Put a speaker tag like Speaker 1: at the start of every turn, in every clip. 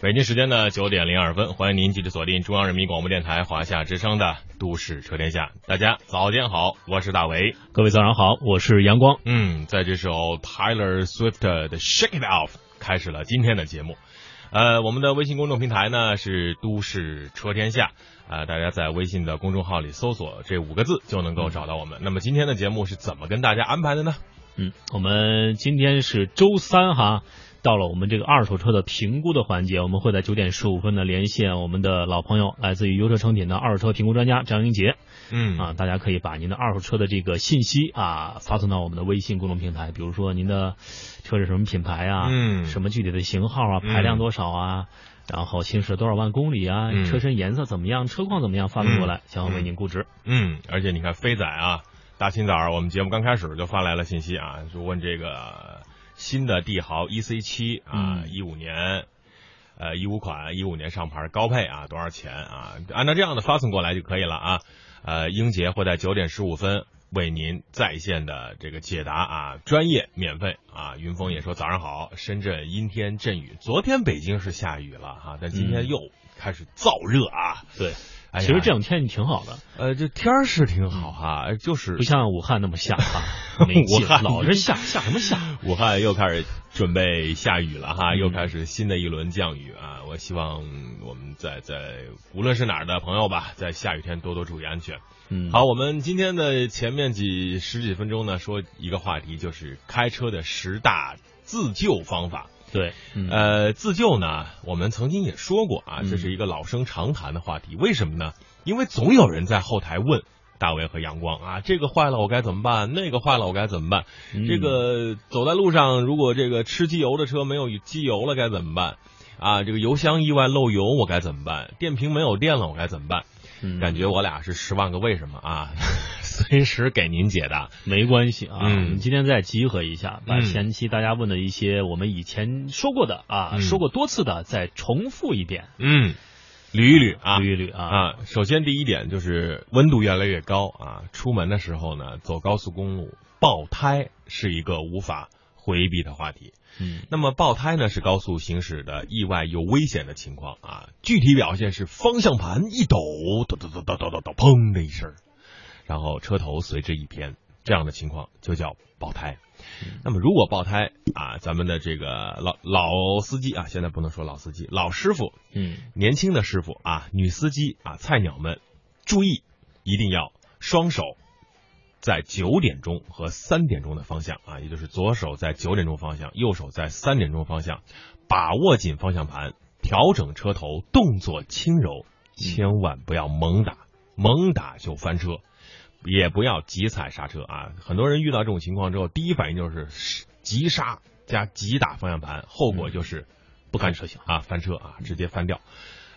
Speaker 1: 北京时间的九点零二分，欢迎您继续锁定中央人民广播电台华夏之声的《都市车天下》。大家早间好，我是大为。
Speaker 2: 各位早上好，我是阳光。
Speaker 1: 嗯，在这首 Tyler Swift 的《Shake It Off》开始了今天的节目。呃，我们的微信公众平台呢是“都市车天下”，啊、大家在微信的公众号里搜索这五个字就能够找到我们。那么今天的节目是怎么跟大家安排的呢？
Speaker 2: 嗯，我们今天是周三哈，到了我们这个二手车的评估的环节，我们会在九点十五分呢连线我们的老朋友，来自于优车成品的二手车评估专家张英杰
Speaker 1: 嗯
Speaker 2: 啊，大家可以把您的二手车的这个信息啊发送到我们的微信公众平台，比如说您的车是什么品牌啊，
Speaker 1: 嗯
Speaker 2: 什么具体的型号啊，
Speaker 1: 嗯
Speaker 2: 排量多少啊。然后行驶多少万公里啊？
Speaker 1: 嗯
Speaker 2: 车身颜色怎么样？车况怎么样？发送过来，将会为您估值。
Speaker 1: 嗯，而且你看飞仔啊，大清早我们节目刚开始就发来了信息啊，就问这个新的帝豪 EC 七啊，
Speaker 2: 嗯
Speaker 1: 一五、年。呃，一五款，一五年上牌高配啊，多少钱啊？按照这样的发送过来就可以了啊。呃，英杰会在九点十五分为您在线的这个解答啊，专业免费啊。云峰也说早上好，深圳阴天阵雨，昨天北京是下雨了哈、但今天
Speaker 2: 嗯
Speaker 1: 又开始燥热啊。
Speaker 2: 对，
Speaker 1: 哎呀
Speaker 2: 其实这两天挺好的。
Speaker 1: 呃，这天儿是挺好哈、就是
Speaker 2: 不像武汉那 么下啊，没劲
Speaker 1: 武汉
Speaker 2: 老是下下什 么下？
Speaker 1: 武汉又开始准备下雨了哈，
Speaker 2: 嗯
Speaker 1: 又开始新的一轮降雨啊！我希望我们在在无论是哪儿的朋友吧，在下雨天多多注意安全。
Speaker 2: 嗯，
Speaker 1: 好，，我们今天的前面几十几分钟呢，说一个话题，就是开车的十大自救方法。
Speaker 2: 对，嗯，
Speaker 1: 呃，自救呢，我们曾经也说过啊，
Speaker 2: 嗯
Speaker 1: 这是一个老生常谈的话题。为什么呢？因为总有人在后台问大卫和阳光啊，这个坏了我该怎么办？那个坏了我该怎么办？
Speaker 2: 嗯
Speaker 1: 这个走在路上，如果这个吃机油的车没有机油了，该怎么办？啊，这个油箱意外漏油，我该怎么办？电瓶没有电了，我该怎么办？
Speaker 2: 嗯
Speaker 1: 感觉我俩是十万个为什么啊， 随时给您解答。
Speaker 2: 没关系啊。我
Speaker 1: 嗯
Speaker 2: 们今天再集合一下，把
Speaker 1: 嗯
Speaker 2: 前期大家问的一些我们以前说过的啊，
Speaker 1: 嗯
Speaker 2: 说过多次的，再重复一遍，
Speaker 1: 嗯，捋一捋啊，
Speaker 2: 捋一捋啊。
Speaker 1: 啊，首先第一点就是温度越来越高啊，出门的时候呢，走高速公路爆胎是一个无法回避的话题。
Speaker 2: 嗯
Speaker 1: 那么爆胎呢是高速行驶的意外又危险的情况啊，具体表现是方向盘一抖，抖抖抖抖抖抖抖，砰的一声儿，然后车头随之一偏，这样的情况就叫爆胎。那么如果爆胎啊，咱们的这个老老司机啊，现在不能说老司机，老师傅
Speaker 2: 嗯
Speaker 1: 年轻的师傅啊，女司机啊，菜鸟们，注意，一定要双手在九点钟和三点钟的方向啊，也就是左手在九点钟方向，右手在三点钟方向，把握紧方向盘，调整车头，动作轻柔，千万不要猛打，猛打就翻车。也不要急踩刹车啊！很多人遇到这种情况之后，第一反应就是急刹加急打方向盘，后果就是不堪设想啊，翻车啊，直接翻掉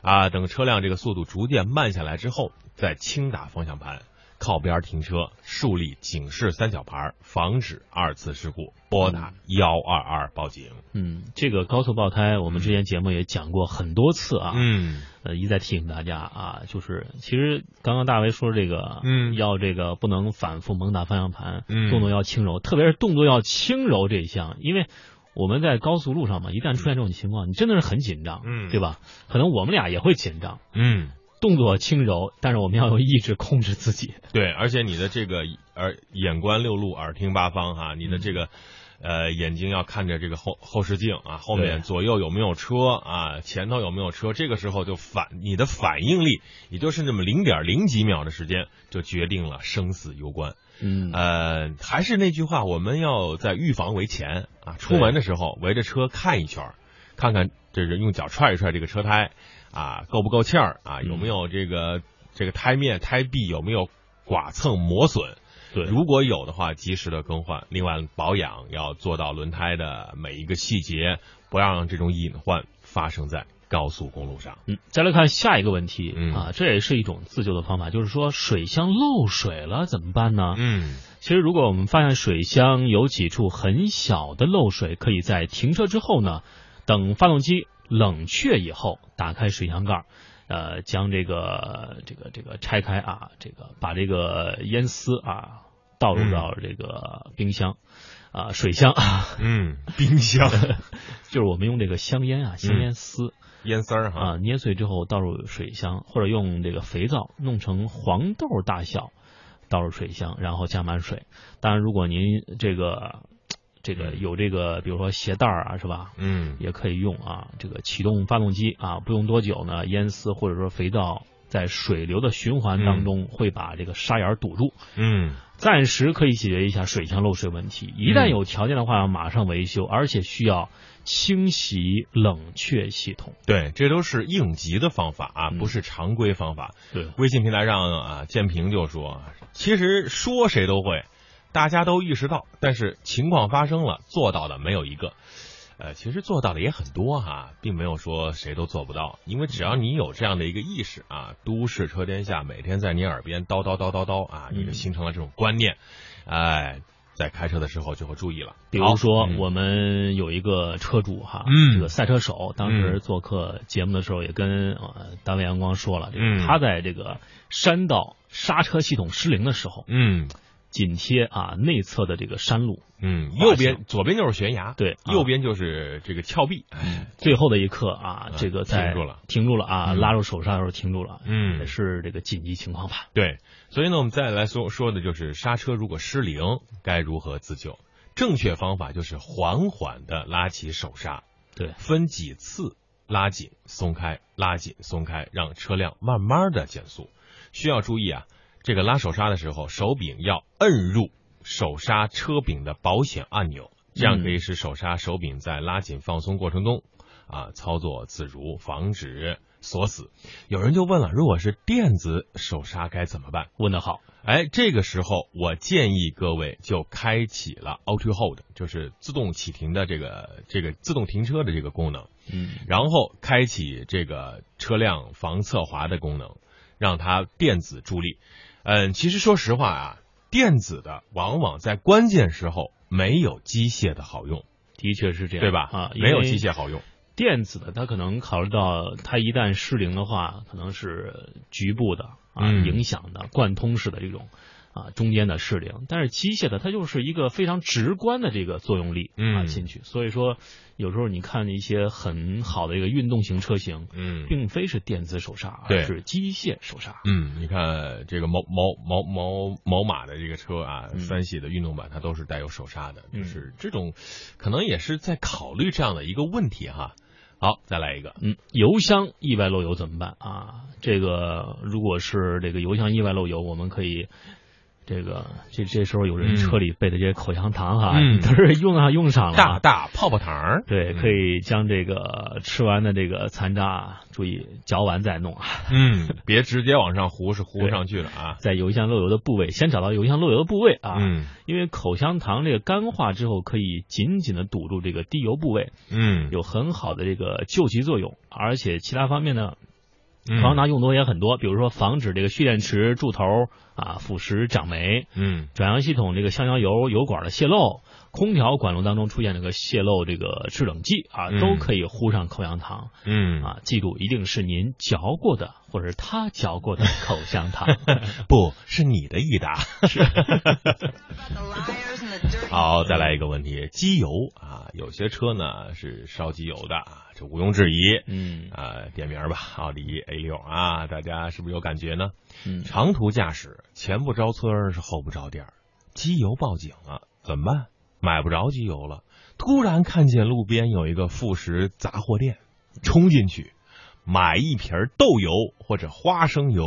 Speaker 1: 啊！等车辆这个速度逐渐慢下来之后，再轻打方向盘，靠边停车，树立警示三角牌，防止二次事故，拨打幺二二报警。
Speaker 2: 嗯，这个高速爆胎，我们之前节目也讲过很多次啊。
Speaker 1: 嗯
Speaker 2: 呃，一再提醒大家啊，就是其实刚刚大为说这个，
Speaker 1: 嗯
Speaker 2: 要这个不能反复猛打方向盘，
Speaker 1: 嗯
Speaker 2: 动作要轻柔，特别是动作要轻柔这一项，因为我们在高速路上嘛，一旦出现这种情况，你真的是很紧张，
Speaker 1: 嗯
Speaker 2: 对吧？可能我们俩也会紧张，
Speaker 1: 嗯，
Speaker 2: 动作轻柔，但是我们要有意志控制自己，
Speaker 1: 对，而且你的这个耳眼观六路，耳听八方哈、你的这个。呃，眼睛要看着这个后后视镜啊，后面
Speaker 2: 对
Speaker 1: 左右有没有车啊，前头有没有车，这个时候就反你的反应力，也就是那么零点零几秒的时间，就决定了生死攸关。
Speaker 2: 嗯
Speaker 1: 呃，还是那句话，我们要在预防为前啊，出门的时候围着车看一圈儿，看看这是用脚踹一踹这个车胎啊，够不够气儿啊，
Speaker 2: 嗯
Speaker 1: 有没有这个这个胎面、胎壁有没有剐蹭磨损。
Speaker 2: 对，
Speaker 1: 如果有的话，及时的更换。另外，保养要做到轮胎的每一个细节，不要让这种隐患发生在高速公路上。
Speaker 2: 嗯，再来看下一个问题、
Speaker 1: 嗯
Speaker 2: 啊，这也是一种自救的方法，就是说水箱漏水了怎么办呢？
Speaker 1: 嗯
Speaker 2: 其实，如果我们发现水箱有几处很小的漏水，可以在停车之后呢，等发动机冷却以后，打开水箱盖儿，呃，将这个这个这个拆开啊，这个把这个烟丝啊倒入到这个冰箱，啊、 水箱，
Speaker 1: 嗯，冰箱
Speaker 2: 就是我们用这个香烟啊，香烟丝
Speaker 1: 烟丝儿
Speaker 2: 啊、
Speaker 1: 哈，
Speaker 2: 捏碎之后倒入水箱，或者用这个肥皂弄成黄豆大小，倒入水箱，然后加满水。当然，如果您这个这个有这个，比如说鞋带儿啊，是吧？
Speaker 1: 嗯
Speaker 2: 也可以用啊。这个启动发动机啊，不用多久呢，烟丝或者说肥皂在水流的循环当中会把这个沙眼儿堵住，
Speaker 1: 嗯
Speaker 2: 暂时可以解决一下水箱漏水问题。一旦有条件的话，马上维修，而且需要清洗冷却系统。
Speaker 1: 对，这都是应急的方法啊，
Speaker 2: 嗯
Speaker 1: 不是常规方法。
Speaker 2: 对，
Speaker 1: 微信平台上啊，建平就说，其实说谁都会，大家都意识到，但是情况发生了，做到的没有一个。呃，其实做到的也很多哈、并没有说谁都做不到，因为只要你有这样的一个意识啊，都市车天下每天在你耳边叨叨叨叨叨啊，你就
Speaker 2: 嗯
Speaker 1: 形成了这种观念，哎、在开车的时候就会注意了。
Speaker 2: 比如
Speaker 1: 好
Speaker 2: 说
Speaker 1: 嗯
Speaker 2: 我们有一个车主哈，
Speaker 1: 嗯
Speaker 2: 这个赛车手，当
Speaker 1: 嗯
Speaker 2: 时做客节目的时候也跟呃单位阳光说了，这
Speaker 1: 嗯
Speaker 2: 个他在这个山道刹车系统失灵的时候，
Speaker 1: 嗯
Speaker 2: 紧贴啊内侧的这个山路，
Speaker 1: 嗯，
Speaker 2: 滑
Speaker 1: 右边
Speaker 2: 行
Speaker 1: 左边就是悬崖，
Speaker 2: 对啊
Speaker 1: 右边就是这个峭壁，嗯
Speaker 2: 最后的一刻啊，这个在
Speaker 1: 停住了，
Speaker 2: 停住了啊，
Speaker 1: 嗯
Speaker 2: 拉住手刹的时候停住了，
Speaker 1: 嗯
Speaker 2: 也是这个紧急情况吧。
Speaker 1: 对，所以呢，我们再来说说的就是刹车如果失灵该如何自救。正确方法就是缓缓的拉起手刹，
Speaker 2: 对
Speaker 1: 分几次拉紧、松开、拉紧、松开，让车辆慢慢的减速。需要注意啊，这个拉手刹的时候，手柄要摁入手刹车柄的保险按钮，这样可以使手刹手柄在拉紧放松过程中啊操作自如，防止锁死。有人就问了，如果是电子手刹该怎么办？
Speaker 2: 问得好，
Speaker 1: 哎，这个时候我建议各位就开启了 Auto Hold，就是自动启停的这个这个自动停车的这个功能，
Speaker 2: 嗯，
Speaker 1: 然后开启这个车辆防侧滑的功能，让它电子助力。嗯，其实说实话啊，电子的往往在关键时候没有机械的好用，
Speaker 2: 的确是这样，
Speaker 1: 对吧？
Speaker 2: 啊，
Speaker 1: 没有
Speaker 2: 因为
Speaker 1: 机械好用。
Speaker 2: 电子的，它可能考虑到它一旦失灵的话，可能是局部的啊
Speaker 1: 嗯
Speaker 2: 影响的贯通式的这种啊中间的失灵，但是机械的它就是一个非常直观的这个作用力啊
Speaker 1: 嗯
Speaker 2: 进去，所以说有时候你看一些很好的一个运动型车型，
Speaker 1: 嗯
Speaker 2: 并非是电子手刹，
Speaker 1: 对
Speaker 2: 而是机械手刹。
Speaker 1: 嗯，你看这个某某某某某马的这个车啊，
Speaker 2: 嗯
Speaker 1: 三系的运动版，它都是带有手刹的，就
Speaker 2: 嗯
Speaker 1: 是这种，可能也是在考虑这样的一个问题哈。好，再来一个，
Speaker 2: 嗯，油箱意外漏油怎么办啊？这个如果是这个油箱意外漏油，我们可以这个这这时候有
Speaker 1: 嗯
Speaker 2: 人车里备的这些口香糖哈，
Speaker 1: 嗯
Speaker 2: 都是用上用上了
Speaker 1: 大
Speaker 2: 啊。
Speaker 1: 大泡泡糖儿，
Speaker 2: 对，
Speaker 1: 嗯
Speaker 2: 可，以将这个吃完的这个残渣啊，注意嚼完再弄啊，
Speaker 1: 嗯，别直接往上糊，是糊不
Speaker 2: 对
Speaker 1: 上去了啊。
Speaker 2: 在油箱漏油的部位，先找到油箱漏油的部位啊，
Speaker 1: 嗯
Speaker 2: 因为口香糖这个干化之后，可以紧紧的堵住这个滴油部位，
Speaker 1: 嗯，
Speaker 2: 有很好的这个救急作用，而且其他方面呢，
Speaker 1: 嗯
Speaker 2: 口香糖用途也很多，比如说防止这个蓄电池柱头啊腐蚀长霉，
Speaker 1: 嗯
Speaker 2: 转向系统这个橡胶油油管的泄漏，空调管路当中出现这个泄漏这个制冷剂啊，
Speaker 1: 嗯
Speaker 2: 都可以糊上口香糖
Speaker 1: 嗯，
Speaker 2: 啊。记住，一定是您嚼过的或者是他嚼过的口香 糖。
Speaker 1: 不是你的益 达。好，再来一个问题，机油啊，有些车呢是烧机油的，啊，这毋庸置疑。
Speaker 2: 嗯
Speaker 1: 啊，点名儿吧，奥迪 A 六啊，大家是不是有感觉呢？
Speaker 2: 嗯，
Speaker 1: 长途驾驶前不着村儿是后不着店儿，机油报警了怎么办？买不着机油了，突然看见路边有一个副食杂货店，冲进去买一瓶儿豆油或者花生油，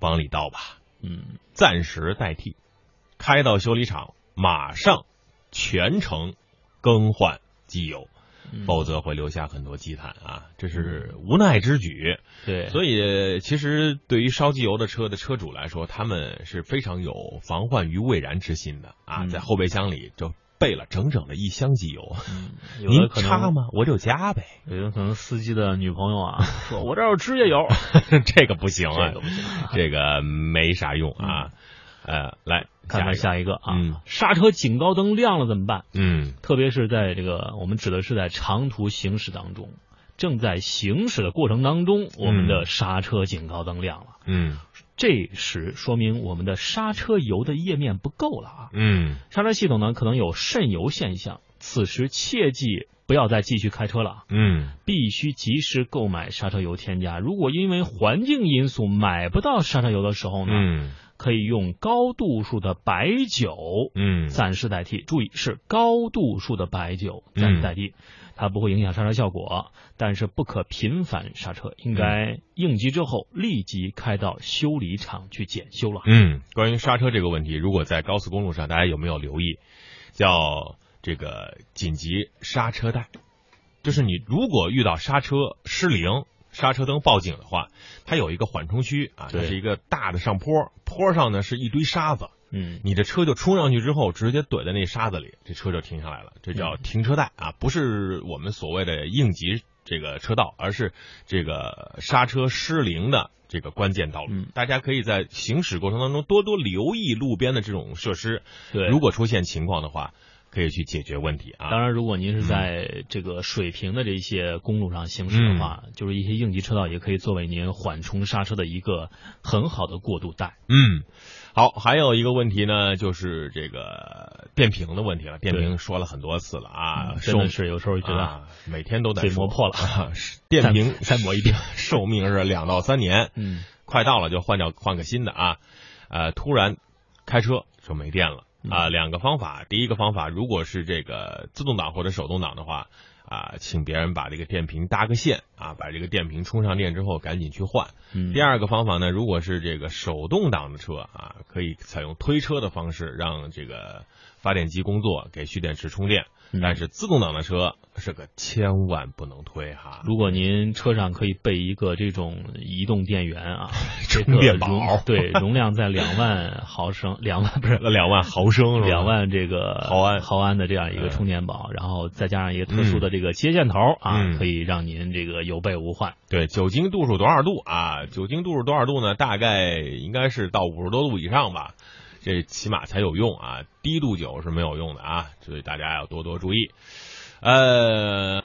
Speaker 1: 往里倒吧，
Speaker 2: 嗯，
Speaker 1: 暂时代替，开到修理厂马上全程更换机油。
Speaker 2: 嗯
Speaker 1: 否则会留下很多积碳啊，这是无奈之举。
Speaker 2: 对，
Speaker 1: 所以，其实对于烧机油的车的车主来说，他们是非常有防患于未然之心的啊，
Speaker 2: 嗯
Speaker 1: 在后备箱里就备了整整的一箱机油。
Speaker 2: 嗯有
Speaker 1: 您
Speaker 2: 的可
Speaker 1: 插
Speaker 2: 能
Speaker 1: 吗？我就加呗，
Speaker 2: 有的可能司机的女朋友啊，说我这儿有指甲油，
Speaker 1: 这个不行
Speaker 2: 这
Speaker 1: 啊
Speaker 2: 个，不行啊。
Speaker 1: 这个没啥用啊。呃，来
Speaker 2: 看看
Speaker 1: 一个，
Speaker 2: 下一个啊，
Speaker 1: 嗯
Speaker 2: 刹车警告灯亮了怎么办？
Speaker 1: 嗯
Speaker 2: 特别是在这个我们指的是在长途行驶当中，正在行驶的过程当中，我们的刹车警告灯亮了，
Speaker 1: 嗯
Speaker 2: 这时说明我们的刹车油的液面不够了啊。
Speaker 1: 嗯
Speaker 2: 刹车系统呢可能有渗油现象，此时切记不要再继续开车了啊，
Speaker 1: 嗯
Speaker 2: 必须及时购买刹车油添加。如果因为环境因素买不到刹车油的时候呢，
Speaker 1: 嗯
Speaker 2: 可以用高度数的白酒
Speaker 1: 嗯，
Speaker 2: 暂时代替。注意是高度数的白酒暂时
Speaker 1: 嗯
Speaker 2: 代替，它不会影响刹车效果，但是不可频繁刹车，应该应急之后立即开到修理厂去检修了。
Speaker 1: 嗯，关于刹车这个问题，如果在高速公路上，大家有没有留意？叫这个紧急刹车带，就是你如果遇到刹车失灵、刹车灯报警的话，它有一个缓冲区啊，它
Speaker 2: 对
Speaker 1: 是一个大的上坡，坡上呢是一堆沙子，
Speaker 2: 嗯，
Speaker 1: 你的车就冲上去之后，直接怼在那沙子里，这车就停下来了，这
Speaker 2: 嗯
Speaker 1: 叫停车带啊，不是我们所谓的应急这个车道，而是这个刹车失灵的这个关键道路。
Speaker 2: 嗯
Speaker 1: 大家可以在行驶过程当中多多留意路边的这种设施，
Speaker 2: 对。
Speaker 1: 如果出现情况的话，可以去解决问题啊。
Speaker 2: 当然，如果您是
Speaker 1: 嗯
Speaker 2: 在这个水平的这些公路上行驶的话，就是一些应急车道也可以作为您缓冲刹车的一个很好的过渡带。
Speaker 1: 嗯，好，还有一个问题呢，就是这个电瓶的问题了。电瓶说了很多次了啊，
Speaker 2: 嗯真
Speaker 1: 受
Speaker 2: 的是有时候觉得
Speaker 1: 啊，每天都在
Speaker 2: 嘴
Speaker 1: 说
Speaker 2: 磨破了。
Speaker 1: 啊，是 电瓶
Speaker 2: 再再磨一遍，
Speaker 1: 寿命是两到三年，
Speaker 2: 嗯，
Speaker 1: 快到了就换掉换个新的啊。呃，突然开车就没电了啊、两个方法，第一个方法，如果是这个自动挡或者手动挡的话。啊，请别人把这个电瓶搭个线啊，把这个电瓶充上电之后赶紧去换。
Speaker 2: 嗯
Speaker 1: 第二个方法呢，如果是这个手动挡的车啊，可以采用推车的方式让这个发电机工作，给蓄电池充电。
Speaker 2: 嗯
Speaker 1: 但是自动挡的车是可千万不能推哈，
Speaker 2: 如果您车上可以备一个这种移动电 源啊，这
Speaker 1: 充
Speaker 2: 个
Speaker 1: 电宝
Speaker 2: 容 对，容量在两万毫 升，两万不是
Speaker 1: 那两万毫升是吧？
Speaker 2: 两万这个
Speaker 1: 毫安
Speaker 2: 毫安的这样一
Speaker 1: 嗯
Speaker 2: 个充电宝，然后再加上一个特殊的这个接线头啊，
Speaker 1: 嗯
Speaker 2: 可以让您这个有备无患。
Speaker 1: 对，酒精度数多少度啊？酒精度数多少度呢？大概应该是到五十多度以上吧，这起码才有用啊。低度酒是没有用的啊，所以大家要多多注意。呃，